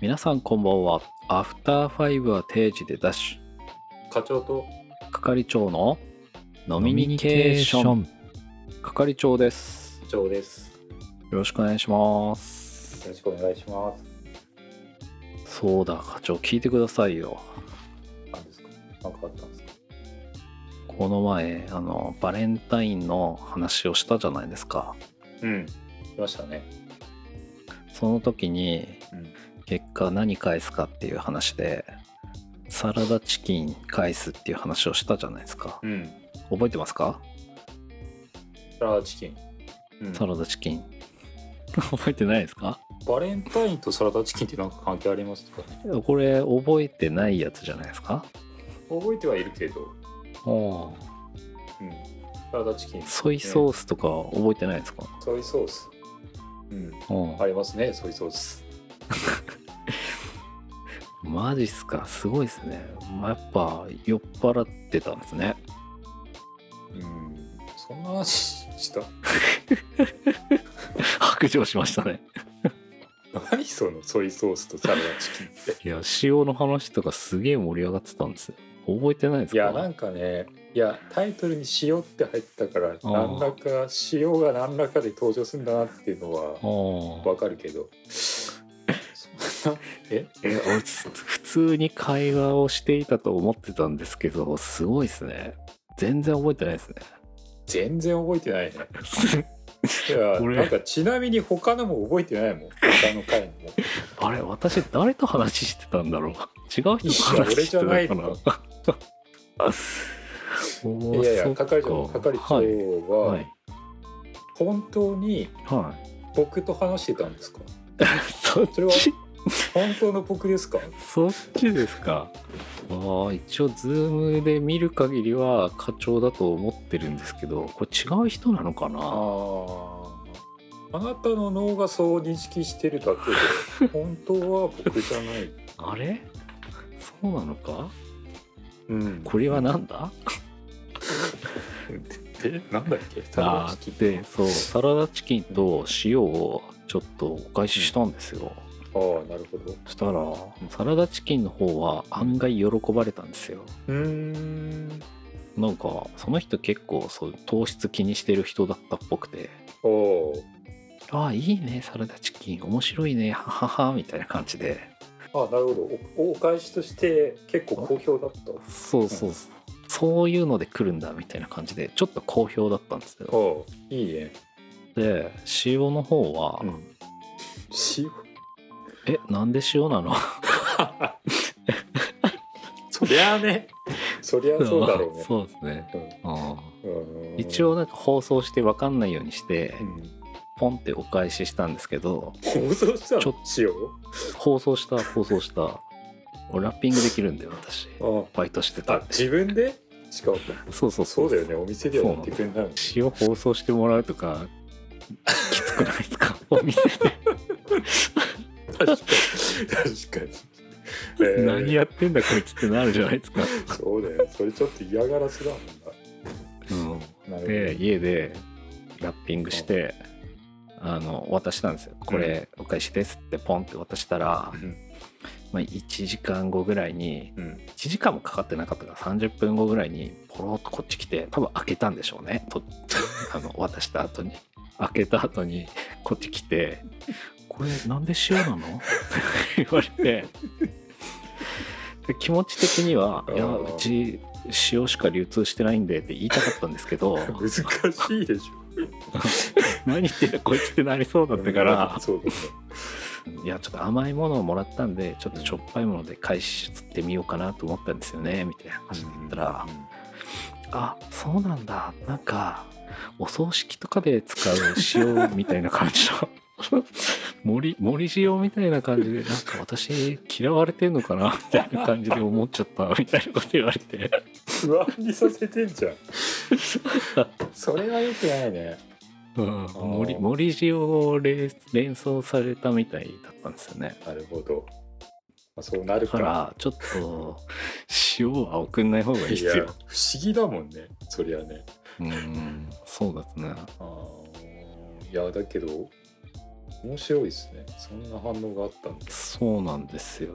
皆さんこんばんは。アフターファイブは定時でダッシ課長とュ。係長の飲みニケーション。ン。係長です。部長ですよろしくお願いしまよす。ろしくお願いしますそうだ、課長、聞いてくださいよ。何ですか何かあったんですかこの前、あの、バレンタインの話をしたじゃないですか。うん来ましたねその時に、うん結果何返すかっていう話で、サラダチキン返すっていう話をしたじゃないですか。うん覚えてますかサラダチキン、うんサラダチキン。覚えてないですかバレンタインとサラダチキンって何か関係ありますかこれ覚えてないやつじゃないですか覚えてはいるけど、あうん、サラダチキンソイソースとか覚えてないですか、ソイソースうんうんありますねソイソースマジっすかすごいですね、まあ、やっぱ酔っ払ってたんですね うんそんな話した白状しましたね何そのソイソースとサラダチキンっていや塩の話とかすげえ盛り上がってたんですよ覚えてないですいかやなんかねいやタイトルに「塩」って入ったからー何らか「塩」が何らかで登場するんだなっていうのはあーわかるけ どそんなえいや俺つ普通に会話をしていたと思ってたんですけどすごいですね全然覚えてない ですね全然覚えてないねい や俺なんかちなみに他のも覚えてないもん他の回の もあれ私誰と話してたんだろう違う人と話してたのいや俺じゃないのかな おーいやいやそっか係長係長はいは、はい本当には僕と話してたんですかい、そっそれはち本当の僕ですかそっちですかああ一応ズームで見る限りは課長だと思ってるんですけどこれ違う人なのかあなああなたの脳がそう認識してるだけで本当は僕じゃないあれそうなのかうんこれはなんだえなんだっけあチキンーでそうサラダチキンと塩をちょっとお返ししたんですよ、ああなるほどうそしたらサラダチキンの方は案外喜ばれたんですよーんなんかその人結構そう糖質気にしてる人だったっぽくておお「ああいいねサラダチキン面白いねははは」みたいな感じであなるほどおお返しとして結構好評だったそうそうそうそういうので来るんだみたいな感じでちょっと好評だったんですよおいいねで塩の方は「うん塩えなんで塩なの?」 そりゃあねそりゃそうだろうね そうですねあーうん一応なんか放送して分かんないようにしてうんポンってお返ししたんですけど放送したちょの塩放送した放送した俺ラッピングできるんだよ私あバイトしてたあんで自分でしかもそうそうそうだよねねお店ではやってくれないもん詩を放送してもらうとかきつくないですか お店で確かに確かに、えー何やってんだこいつってなるじゃないですか、そうだよそれちょっと嫌がらせだもんななでる家でラッピングしてあの渡したんですよ「これお返しです」ってポンって渡したら、ほどうんまあ、1時間後ぐらいにうん1時間もかかってなかったから30分後ぐらいにポロッとこっち来て多分開けたんでしょうねと あの渡した後に開けた後にこっち来て「これなんで塩なの?」 って言われてで気持ち的には「あーいやうち塩しか流通してないんで」って言いたかったんですけ ど難しいでし何言ってんだこいつってなりそうだょった からそうだね「いやちょっと甘いものをもらったんでちょっとしょっぱいもので返してみようかなと思ったんですよね」みたいな話で言ったら。あそうなんだなんかお葬式とかで使う塩みたいな感じの 森森塩みたいな感じでなんか私嫌われてんのかなみたいな感じで思っちゃったみたいなこと言われて不安にさせてんじゃんそれはよくないねうん森森塩を連連想されたみたいだったんですよねなるほどまあそうなるだかかららちょっと塩は送んない方がいいでいすや不よ思議だもんねそりゃねうんそうですねあーいやだけど面白いですねそんな反応があったんだそうなんですよ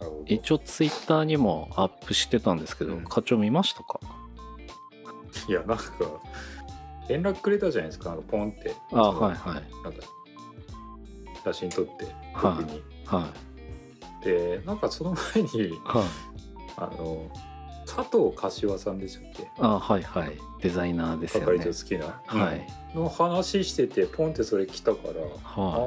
なるほど一応ツイッターにもアップしてたんですけど、うん課長見ましたかいやなんか連絡くれたじゃないですかあのポンってあはいはいなんか写真撮ってはい僕に、はいでなんかその前にはいあの佐藤柏さんでしたっけあはいはいデザイナーですよ係ね長好きな、はいの話しててポンってそれ来たから、あは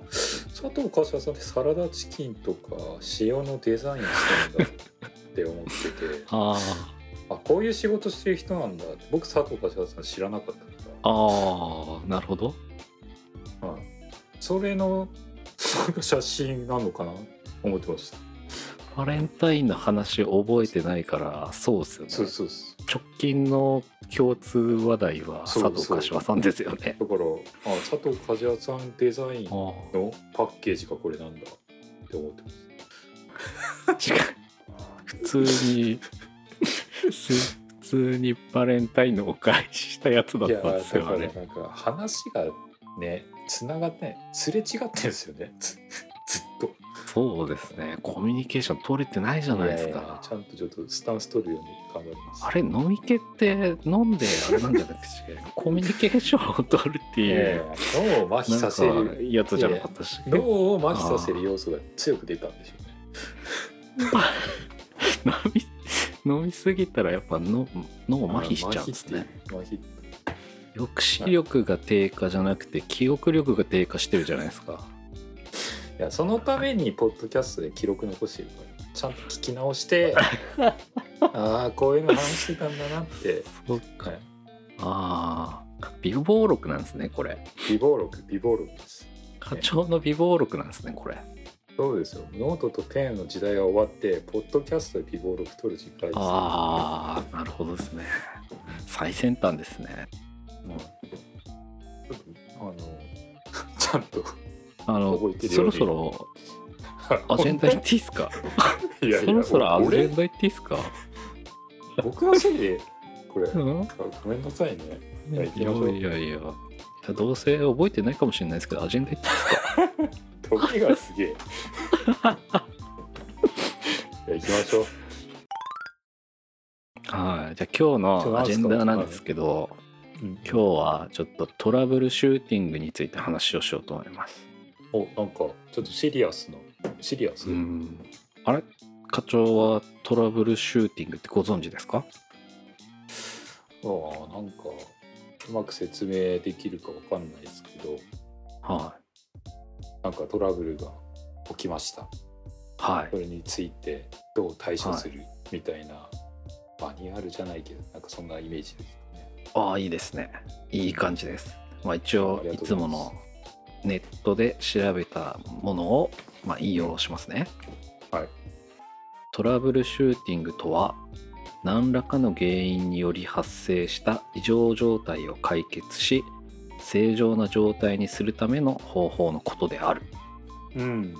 ー佐藤柏さんってサラダチキンとか塩のデザインしてるんだって思っててい あーあこういう仕事してる人なんだって僕佐藤柏さん知らなかったからあーなるほどはい、それのなんか写真なのかな思ってましたバレンタインの話覚えてないからそうですよねそうそうそ直近の共通話題はそう佐藤柏さんですよねうだからあ佐藤梶谷さんデザインあのパッケージがこれなんだって思ってますー違う普通にす普通にバレンタインのお返ししたやつだったんですよあいやれだからなんか話がねつながってないすれ違ってんですよねずずっ とそうですねコミュニケーション取れてないじゃないですいやいやかちゃんとちょっとスタンス取るように頑張りますあれ飲み気って飲んであれなんじゃなくてコミュニケーションを取るっていいやいうや脳を麻な痺んさせかるやつじゃなかったし脳を麻痺させる要素が強く出たんでしょうね 飲み飲みすぎたらやっぱの脳麻痺しちゃうんですね麻痺っていう麻痺抑止力が低下じゃなくて記憶力が低下してるじゃないですかいやそのためにポッドキャストで記録残してるからちゃんと聞き直して ああこういうの話してたんだなって、そうはかい、ああ美貌録なんですねこれ美貌録美貌録です課長の美貌録なんですねこれそうですよノートとペンの時代が終わってポッドキャストで美貌録取る時代ですああなるほどですね最先端ですねうんちょっとあの ちゃんとあの覚えてるそようろにそろアジェンダ行っていいですかいやいやそろそろアジ俺ェンダ行っていいですか僕のせいでこれうんごめんなさいねいやや行きましょういやいやいやどうせ覚えてないかもしれないです けどアジェンダ行っていいですか時がす げえいや行きましょうはい、じゃあ今日のアジェンダなんですけどうん今日はちょっとトラブルシューティングについて話をしようと思います。おなんかちょっとシリアスなシリアス、うんあれ課長はトラブルシューティングってご存知ですかあーなんかうまく説明できるかわかんないですけどはなんかトラブルが起きましたい。はいそ。れについてどう対処する、みたいなマニュアルじゃないけどなんかそんなイメージですねああ、いいですね。いい感じです。まあ一応ありいがとつうござもいますのネットで調べたものを、まあ、引用しますね。はい。トラブルシューティングとは何らかの原因により発生した異常状態を解決し正常な状態にするための方法のことであるうん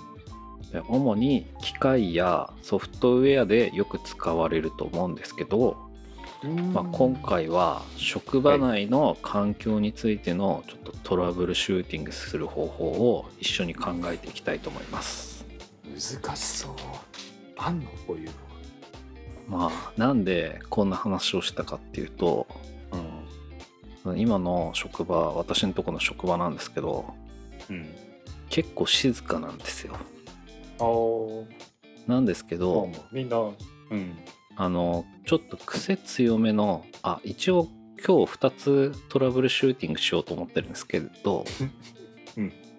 で主に機械やソフトウェアでよく使われると思うんですけど、まあ、今回は職場内の環境についてのちょっとトラブルシューティングする方法を一緒に考えていきたいと思います。難しそうあんのこういうのまあ、なんでこんな話をしたかっていうと今の職場私のとこの職場なんですけどうん、うん、結構静かなんですよあーなんですけまあど、まあみんなうんあのちょっと癖強めのあ一応今日2つトラブルシューティングしようと思ってるんですけど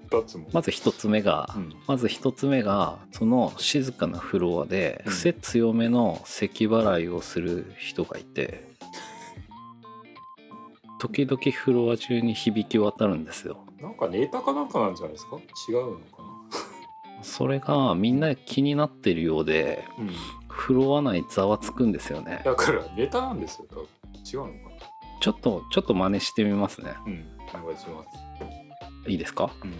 2つも、まず1つ目が、うん、まず1つ目がその静かなフロアでうん癖強めの咳払いをする人がいて、時々フロア中に響き渡るんですよなんかネタかなんかなんじゃないですか違うのかそれがみんな気になってるようでな、うんフロア内ざわつくんですよねだからネタなんですよ多分違うのかなちょっとちょっと真似してみますねうんお願いします、いいですかうん、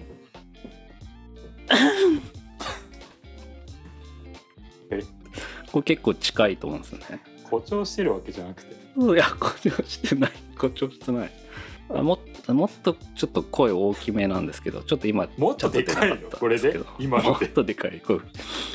これ結構近いと思うんですよね誇張してるわけじゃなくていや誇張してない誇張してないあもっもっとちょっと声大きめなんですけどちょっと今もっとでかいよちょっと出なったこれんすでけど今ものでっとでかいこう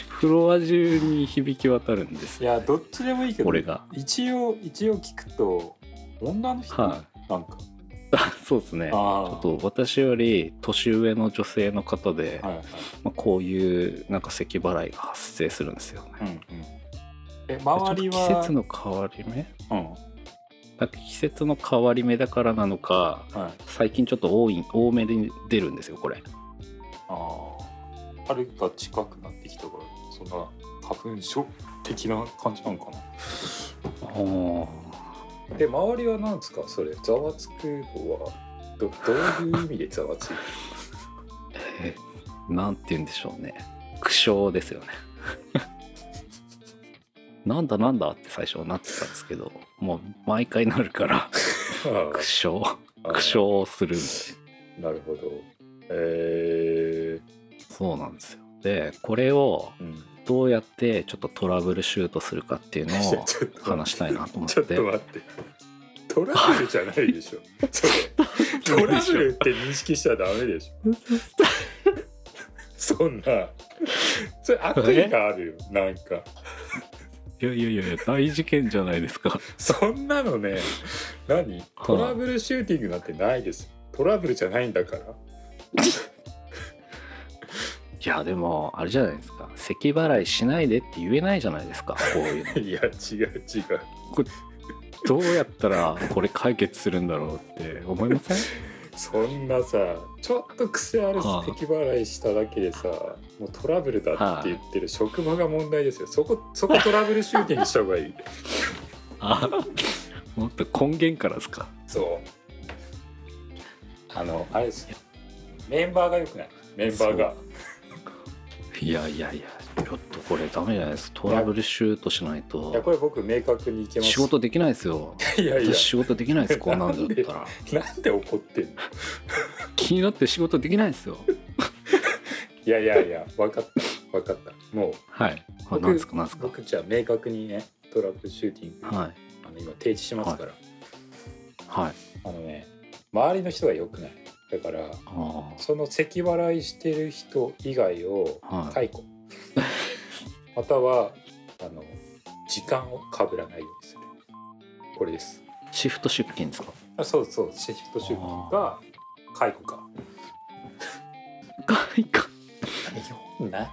フロア中に響き渡るんです いよやどっちでもいいけど俺が一応一応聞くと女の人なんはか、い そうですねあああと私より年上の女性の方で、はいはいまあ、こういうなんか咳払いが発生するんですよねうんうんえでちょっ周とり季は節の変わり目うなんか季節の変わり目だからなのかんはい最近ちょっと多い多めで出るんですよこれああ春が近くなってきたからそんな花粉症的な感じなのかなあーで周りはなんですかそれざわつくのはどどういう意味でざわついてるえーなんて言うんでしょうね苦笑ですよね なんだなんだって最初はなってたんですけどもう毎回なるからあ苦笑あ苦笑するんでなるほどえーそうなんですよでこれをうん、どうやってちょっとトラブルシュートするかっていうのいやを ちょっと話したいなと思っちょっとて待ってトラブルじゃない でしょそれトラブルって認識しちゃダメでし ょそんなそれ悪意があるよなんかいやいやいやいや大事件じゃないですかそんなのね何トラブルシューティングなんてないですトラブルじゃないんだからいやでもあれじゃないですか咳払いしないでって言えないじゃないですかこういうのいや違う違う どうやったらこれ解決するんだろうって思いませんそんなさちょっと癖あるはあ咳払いしただけでさもうトラブルだって言ってる職場が問題ですよそこそこトラブルシューティングした方がいいあもっと根源からですか そうあのあれですよメンバーがよくないメンバーがいやいやいやちょっとこれダメじゃないですかトラブルシュートしないいやことれ僕明確にいけます仕事できないですよいやいや私仕事できないですこんなんだったらなんで怒ってんの気になって仕事できないですよいやいやいや分かった分かったもうはいあ僕なんですかなんですか僕じゃあ明確にねトラブルシューティング、はいあの今提示しますから、はいあのね周りの人が良くないだからあその咳払いしてる人以外をあはい解雇、 またはあの時間をかぶらないようにするこれですシフト出勤ですかあそうそうシフト出勤が解雇か外貨日本な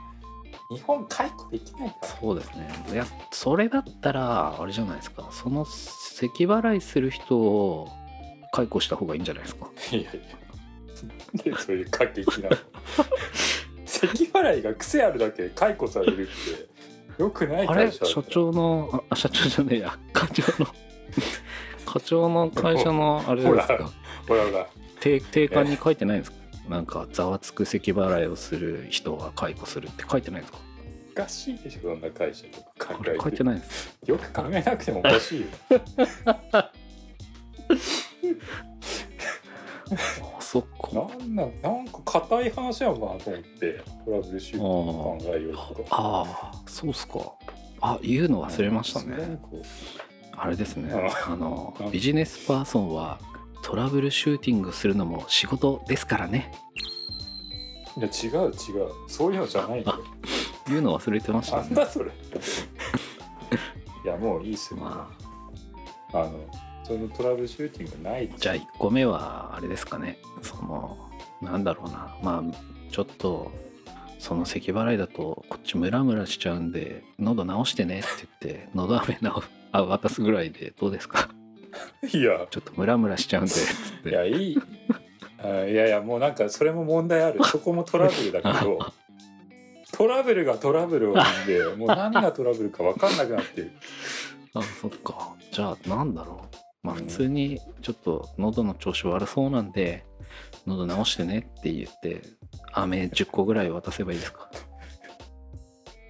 日本解雇できないからそうですねいやそれだったらあれじゃないですかその咳払いする人を解雇した方がいいんじゃないですかいやいやなんでそういう過激 なの咳払いが癖あるだけで解雇されるってよくないあ会れ社だ社長のあ社長じゃねえや 課長の課長の会社のあれですほらかほらほら定定款に書いてないんですかなんかざわつく咳払いをする人は解雇するって書いてないんですかおかしいでしょそんな会社とか考こえれ書いててないんですよく考えなくてもおかしいよあそっかなんなんなんか硬い話やなと思ってトラブルシューティング考えようとかああそうっすかあ言うの忘れましたすねごいこうあれですねうあのうんビジネスパーソンはトラブルシューティングするのも仕事ですからねいや違う違うそういうのじゃないんだよ言うの忘れてましたなんねだそれいやもういいっすよ、まあのそのトラブルシューティングないじゃあ1個目はあれですかねそのなんだろうなまあちょっとその咳払いだとこっちムラムラしちゃうんで喉治してねって言って喉飴なあ渡すぐらいでどうですかいやちょっとムラムラしちゃうんでっつっいてやいいあいやいやもうなんかそれも問題あるそこもトラブルだけ どトラブルがトラブルを生んでもう何がトラブルか分かんなくなってるあそっかじゃあなんだろうまあ普通にちょっと喉の調子悪そうなんで喉治してねって言って飴10個ぐらい渡せばいいですか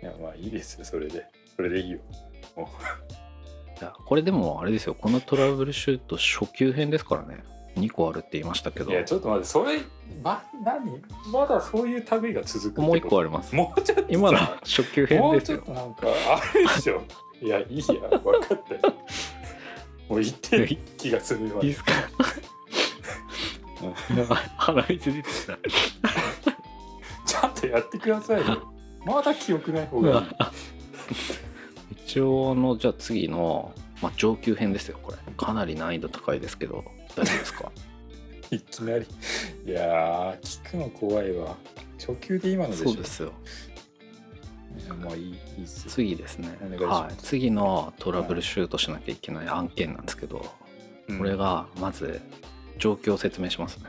いやまあいいですよそれでそれでいいよいやこれでもあれですよこのトラブルシュート初級編ですからね2個あるって言いましたけどいやちょっと待ってそれま何まだそういう旅が続くもう1個あありますもうちょっとさ今の初級編もうですちょっよとなんかあれでしょいやいいや分 かったよもう言ってる気がするわいいですかやばい鼻水出てきた。 ちゃんとやってくださいよまだ記憶ない方がいい、一応のじゃあ次の、まあ、上級編ですよこれかなり難易度高いですけど大丈夫です かいきなりいやー聞くの怖いわ初級で今のでしょそうですよいやまあいいいいっすよ次ですねお願いしまはすい、次のトラブルシュートしなきゃいけない案件なんですけど、これ、がまず状況を説明しますね、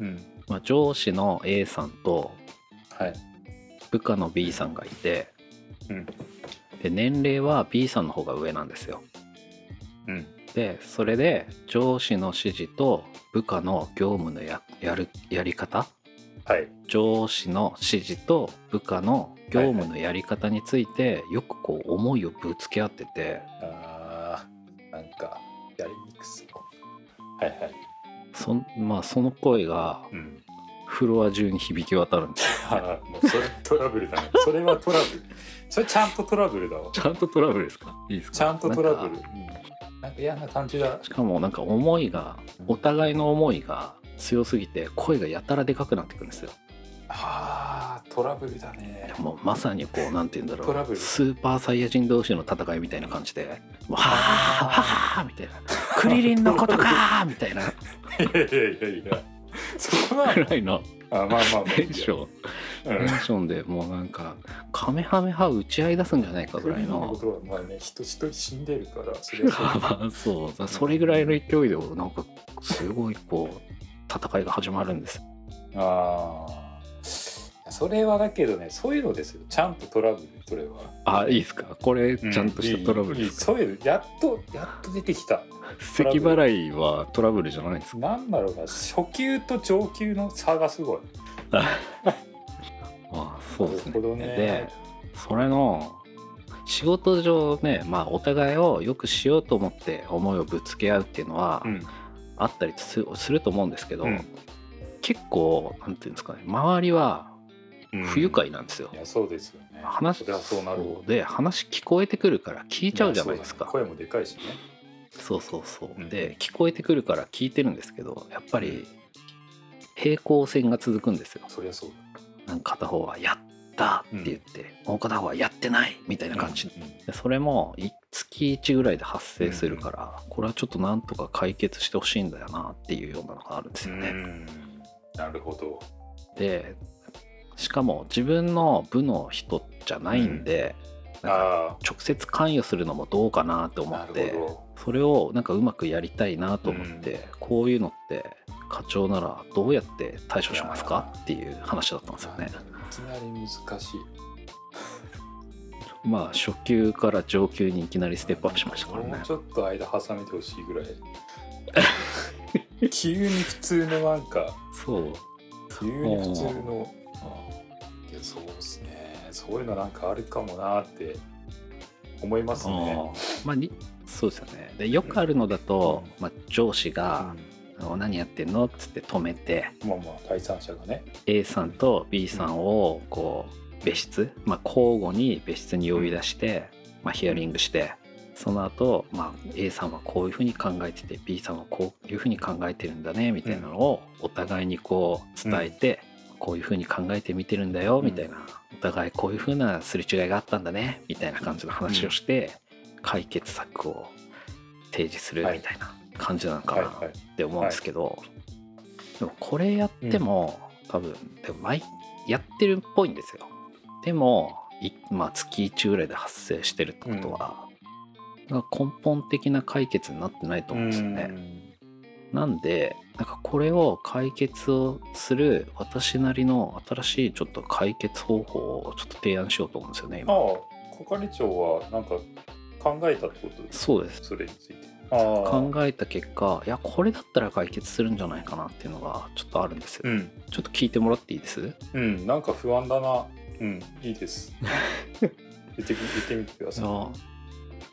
うんうんまあ、上司の A さんとはい部下の B さんがいて、うんで年齢は B さんの方が上なんですようんでそれで上司の指示と部下の業務のややるやり方はい上司の指示と部下の業務のやり方についてよくこう思いをぶつけ合っててあーなんかやりにくそうはいはいそ,、まあ、その声がうんフロア中に響き渡るんですよあーもうそれトラブルだねそれはトラブルそれちゃんとトラブルだわちゃんとトラブルですかいいですかちゃんとトラブルななんんかか,、嫌な感じだしかもなんか思いがお互いの思いが強すぎて声がやたらでかくなってくるんですよあートラブルだねもうまさにこうなんて言うんだトろラブうルスーパーサイヤ人同士の戦いみたいな感じで 「もうはああーはあ」みたいな「クリリンのことか!」 みたいないやいやいやいやそこはぐらいのあまあまあまあテンションうんテンションでもうなんかカメハメハ打ち合い出すんじゃないかぐらいクのリリンことはまあね人一人死んでるからそれはまそうあそうそれぐらいの勢いでなんかすごいこう戦いが始まるんですああそれはだけどねそういうのですよちゃんとトラブルそれはあいいですかこれちゃんとしたトラブルいいいでいすかそういうのやっとやっと出てきた咳払いはトラブルじゃないんですかなんだろうな初級と上級の差がすごいあそうですなるほねどねでそれの仕事上ねまあお互いをよくしようと思って思いをぶつけ合うっていうのはうんあったりするすると思うんですけど、うん結構なんていうんですかね周りは不愉快なんですよい、やそうですよね話それはそうなるわで話聞こえてくるから聞いちゃうじゃないですかやそうだね声もでかいしねそうそうそう、うんで聞こえてくるから聞いてるんですけどやっぱり平行線が続くんですよそりゃそうなんか片方は「やった!」って言って、もう片方は「やってない!」みたいだな感じ、うんうんでそれもい月1ぐらいで発生するから、これはちょっとなんとか解決してほしいんだよなっていうようなのがあるんですよね、うんなるほどでしかも自分の部の人じゃないんで、なんかあ直接関与するのもどうかなとあ思なってるほどそれをなんかうまくやりたいなと思って、うんこういうのって課長ならどうやって対処しますかっていう話だったんですよねいきなり難しいまあ初級から上級にいきなりステップアップしましたからもねうちょっと間挟めてほしいぐらい急に普通のなんかそう急に普通のいやそうですねそういうのなんかあるかもなって思いますねまあにそうですよねでよくあるのだと、まあ、上司が「あの何やってんの?」っつって止めてうんまあまあ第三者がね A さんと B さんをこう別室、まあ、交互に別室に呼び出して、まあ、ヒアリングしてその後、まあ A さんはこういうふうに考えてて B さんはこういうふうに考えてるんだねみたいなのをお互いにこう伝えて、こういうふうに考えてみてるんだよみたいな、お互いこういうふうなすれ違いがあったんだねみたいな感じの話をして、解決策を提示するみたいな感じなのかはな。いはいって思うんですけど、でもこれやっても、多分でも毎やってるっぽいんですよでも、いまあ、月1ぐらいで発生してるってことは、なんか根本的な解決になってないと思うんですよね、なんでなんかこれを解決をする私なりの新しいちょっと解決方法をちょっと提案しようと思うんですよねうんあ今あ係長はなんか考えたってことですそうですそれについてああ考えた結果いやこれだったら解決するんじゃないかなっていうのがちょっとあるんですよ、うんちょっと聞いてもらっていいですうんなんか不安だなうんいいです 言ってみ言ってみてくださそ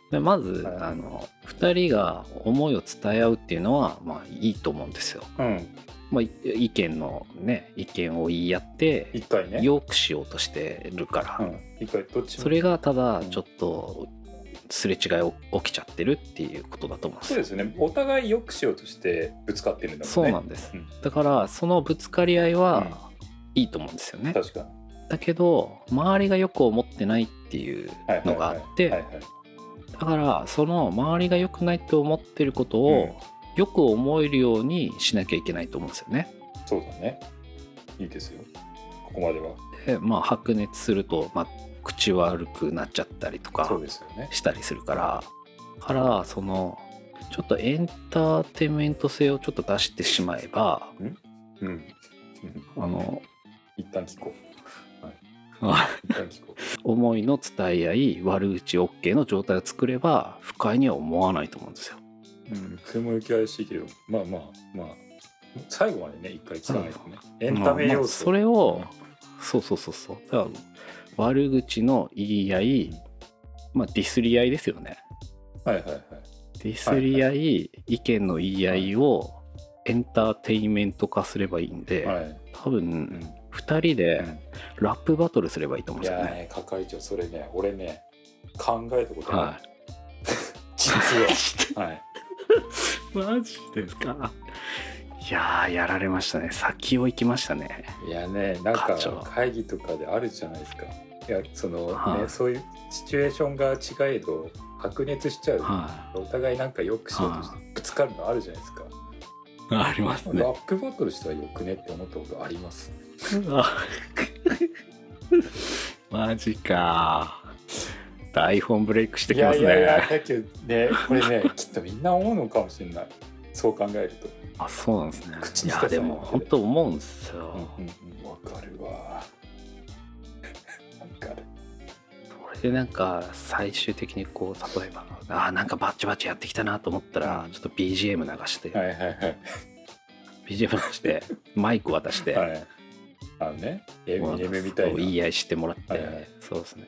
うでまず、はいあの2人が思いを伝え合うっていうのは、まあ、いいと思うんですよ。いうんまあ、い意見のね意見を言い合って一回ねよくしようとしてるから、うん一回どっちもそれがただうんちょっとすれ違いを起きちゃってるっていうことだと思うんですそうよですよねお互い良くしようとしてぶつかってるんだもんねそうなんですうんだからそのぶつかり合いはいいと思うんですよね、確かにだけど周りがよく思ってないっていうのがあって、はいはいはいだからその周りが良くないと思ってることうをんよく思えるようにしなきゃいけないと思うんですよね。そうだねいいですよここまではでまあ白熱すると、まあ、口悪くなっちゃったりとそかうですよねしたりするからだからそのちょっとエンターテインメント性をちょっと出してしまえばうんうんあの 一旦聞こう、はいあ、一旦聞こ思いの伝え合い悪口 OK の状態を作れば不快には思わないと思うんですよ。う、うん、それも行き怪しいけどまあまあまあ最後までね一回聞かないとねエンタメまあま要あ素、それをそうそうそうそうだから悪口の言い合い、まあ、ディスり合いですよねはいはいはいディスり合い、意見の言い合いをエンターテインメント化すればいいんで、はい、多うん分2人でラップバトルすればいいと思うんいですやよーね、ね係長それね俺ね考えたことない、はい 実ははいマジですか いやーやられましたね先を行きましたねいやねなんか課長会議とかであるじゃないですかいやその、ねはいそういうシチュエーションが違えど白熱しちゃう、はお互いなんかよくしようとしてぶつかるのあるじゃないですか、いありますねラップバトルしたらよくねって思ったことありますあ マジか台本ブレイクしてきますねいやいやいやだけどねこれねきっとみんな思うのかもしれないそう考えるとあそうなんですね口いにや出さないでも本当思うんですよ、うんうんわ、かるわわかこるれでなんか最終的にこう例えばあーなんかバッチバチやってきたなと思ったらちょっと BGM 流して、はいはいはい BGM 流して マイク渡して、はいあのねエもうミネムみたいな言い合いしてもらって、はいはいそうですね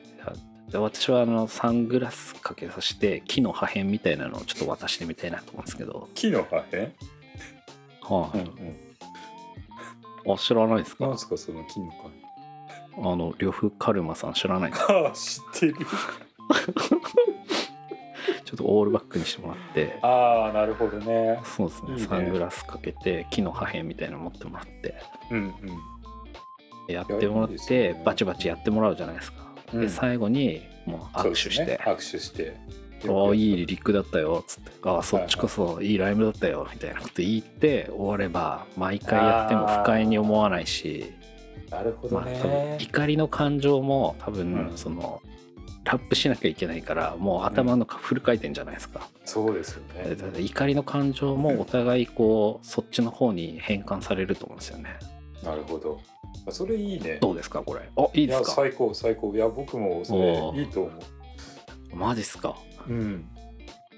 で私はあのサングラスかけさせて木の破片みたいなのをちょっと渡してみたいなと思うんですけど、木の破片はうんいうんあ知らないですか何すかその木の破あの呂布カルマさん知らないですか片あ知ってるちょっとオールバックにしてもらってああなるほどねそうですねいいねサングラスかけて木の破片みたいなの持ってもらってうんうんやってもらっいやいいですてねバチバチやってもらうじゃないですか、うでん最後にもうそう握手ですして「ね、握手してああいいリリックだったよ」っつって「ああそっちこそいいライブだったよ」みたいなこと言って終われば毎回やっても不快に思わないしなるほどまあね、多分怒りの感情も多分うんその、ラップしなきゃいけないからもう頭のフル回転じゃないですか、そうですよだねから怒りの感情もお互いこうそっちの方に変換されると思うんですよねなるほどあそれいいねどうですかこれあいいいですやか最高最高いや僕もそおーれいいと思マジっすかううん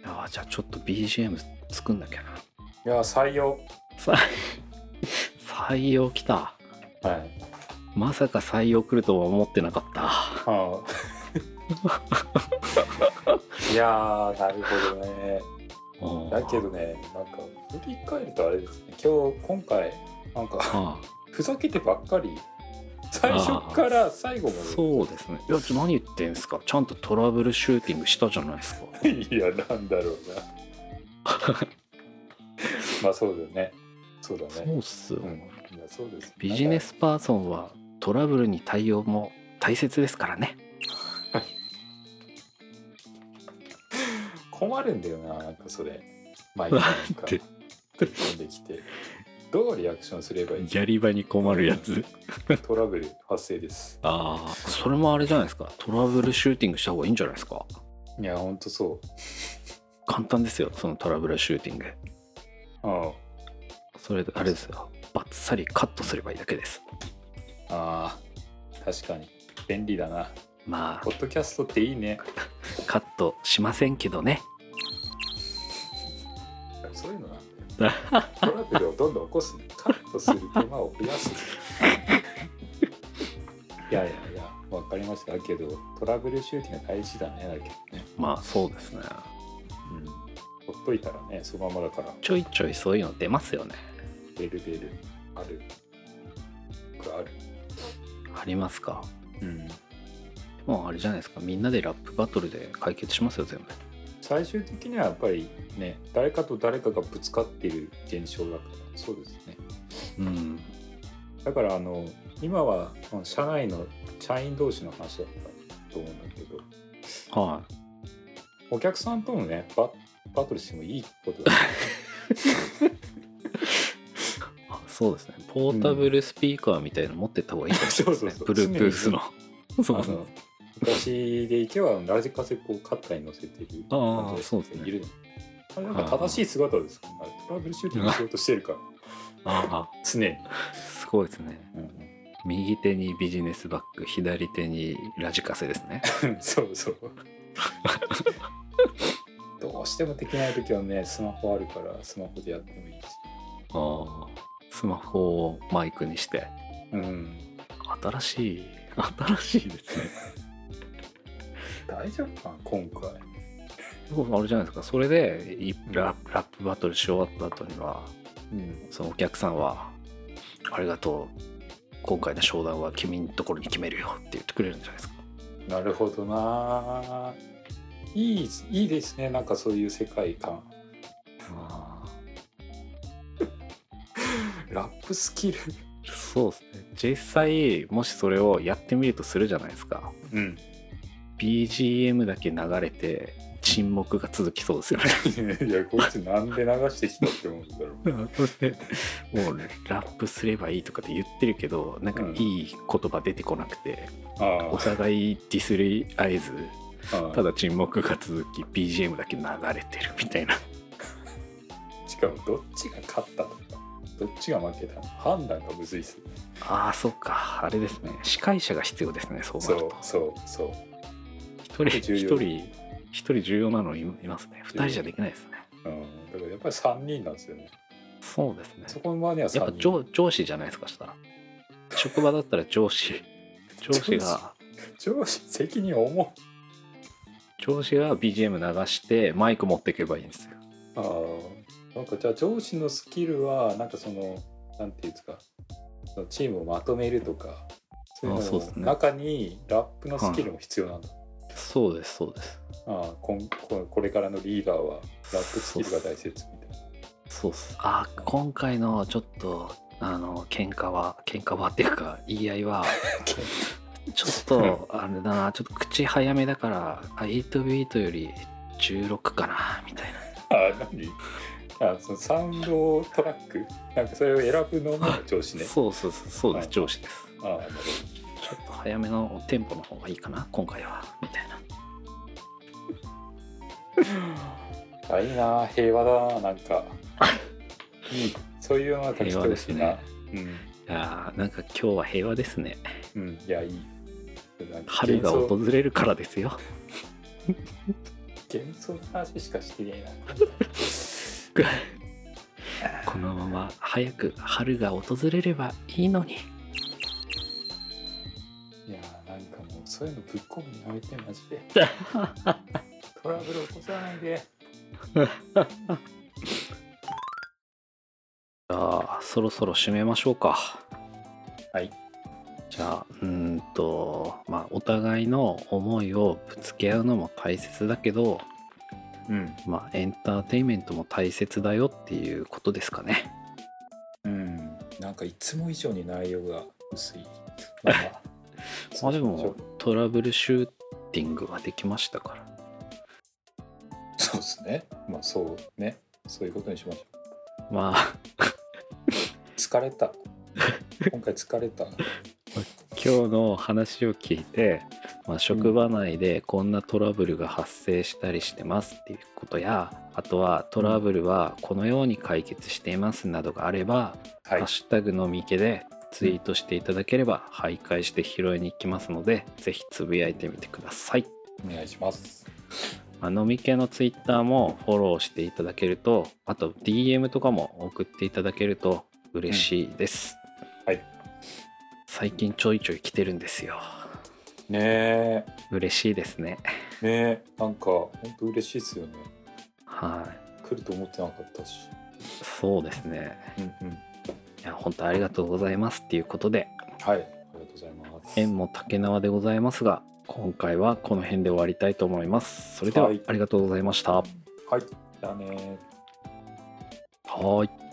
あじゃあちょっと BGM 作んなきゃないや採用さ採用来たはいまさか採用来るとは思ってなかったあーい やーなるほどねうんだけどねなんか振り返るとあれですね今日今回なんかあふざけてばっかり最初から最後まそうですねいやちょ何言ってんすかちゃんとトラブルシューティングしたじゃないですかでいやなんだろうな まあそうだよねそうだそうねっすよ、うんいやそうですビジネスパーソンはトラブルに対応も大切ですからねなんか困るんだよななんかそれ毎回なんかなんで飛んできてどうリアクションすればいいやり場に困るやつトラブル発生ですああそれもあれじゃないですかトラブルシューティングした方がいいんじゃないですかいやほんとそう簡単ですよそのトラブルシューティングうんそれであれですよバッサリカットすればいいだけですあー確かに便利だなまポあッドキャストっていいねカットしませんけどねそういうのなんだよトラブルをどんどん起こすカットする手間を増やすいやいやいやわかりましたけどトラブルシューティングが大事だねだけどね、まあそうですねうん、ほっといたらねそのままだからちょいちょいそういうの出ますよねベルベルある僕あるありますかうんもうあれじゃないですかみんなでラップバトルで解決しますよ全部最終的にはやっぱりね誰かと誰かがぶつかってる現象だからそうですねうんだからあの今はあの社内の社員同士の話だったと思うんだけどはお客さんとのねババトルしてもいいこと だ、ね、いあそうですねポータブルスピーカーみたいなの持ってった方がいいかもしれないですね、 そうそうそうブループースのあそうの私でいけばなぜかせこうカッターに乗せているあー感じのそ人うですがねいるのあれなんか正しい姿ですからねあれトラブルシューティングしよ うとしてるからあ常に、あすごいですね右手にビジネスバッグ左手にラジカセですね そうそうどうしてもできない時はねスマホあるからスマホでやってもいいしああスマホをマイクにしてうん新しい新しいですね大丈夫かな今回あれじゃないですかそれでいんララップバトルし終わった後にはうんそのお客さんは「ありがとう今回の商談は君のところに決めるよ」って言ってくれるんじゃないですかなるほどないいいいですねなんかそういう世界観ラップスキルそうですね実際もしそれをやってみるとするじゃないですかうん BGM だけ流れて沈黙が続きそうですよね いやこいつなんで流してきたって思うんだろうそしてもうラップすればいいとかって言ってるけどなんかいい言葉出てこなくて、あお互いディスり合えずあただ沈黙が続き BGM だけ流れてるみたいなしかもどっちが勝ったとかどっちが負けたの判断がむずいっすよねああそっかあれですね司会者が必要ですねそうなそるうとそうそう一人重一要人一人重要なのいますね二人じゃできないですねうん、だからやっぱり3人なんですよね。そうですねそこまではやっぱ3人。上上司じゃないですかしたら職場だったら上司上司が上司責任重い。上司が BGM 流してマイク持っていけばいいんですよああ、なんかじゃあ上司のスキルは、なんかその、なんていうんですか、そのチームをまとめるとか、そういうあそうのですのね中にラップのスキルも必要なんだ。そうですそうですああこんここれからのリーダーはラップスキルが大切みたいな。そうっすあ今回のちょっとあの喧嘩は喧嘩はっていうか言い合い はちょっとあれだなちょっと口早めだからあ8ビートより16かなみたいなああ、何あそのサウンドトラックなんかそれを選ぶのも上司ね。そうそうそうそうです、はい上司ですああ、なるちょっと早めのテンポの方がいいかな今回はみたいなほど。あいいな、平和だな、なん か。いいそういうのが平和ですねうんいやーなんか今日は平和ですねうん、いやいい。春が訪れるからですよ幻想の話しかしてねこのまま早く春が訪れればいいのにえな。いやーなんかもうそういうのぶっ込むのやめてマ ジで。トラブル起こさないで。じゃあそろそろ締めましょうかはいじゃあうーんとまあお互いの思いをぶつけ合うのも大切だけどうん。まあエンターテインメントも大切だよっていうことですかねうん。なんかいつも以上に内容が 薄い。まあ、まあでもトラブルシューティングはできましたからそうですね。まあそうね。そういうことにしましょう。まあ疲れ た。今回疲れた。今日の話を聞いて、まあ、職場内でこんなトラブルが発生したりしてますっていうことやあとはトラブルはこのように解決していますなどがあれば「はいハッ。シュタグのみけ」でツイートしていただければ徘徊して拾いに行きますのでぜひつぶやいてみてください。お願いします。まあ、飲み系のツイッターもフォローしていただけるとあと DM とかも送っていただけると嬉しいです、うんはい最近ちょいちょい来てるんですよねえ。嬉しいですねねえ。なんか本当嬉しいですよね。はい来ると思ってなかったし。そうですねうんうん。いや本当ありがとうございますっていうことではい。ありがとうとうございます。縁も竹縄でございますが今回はこの辺で終わりたいと思いますそれでははいありがとうございましたははい。じゃあねー。ーい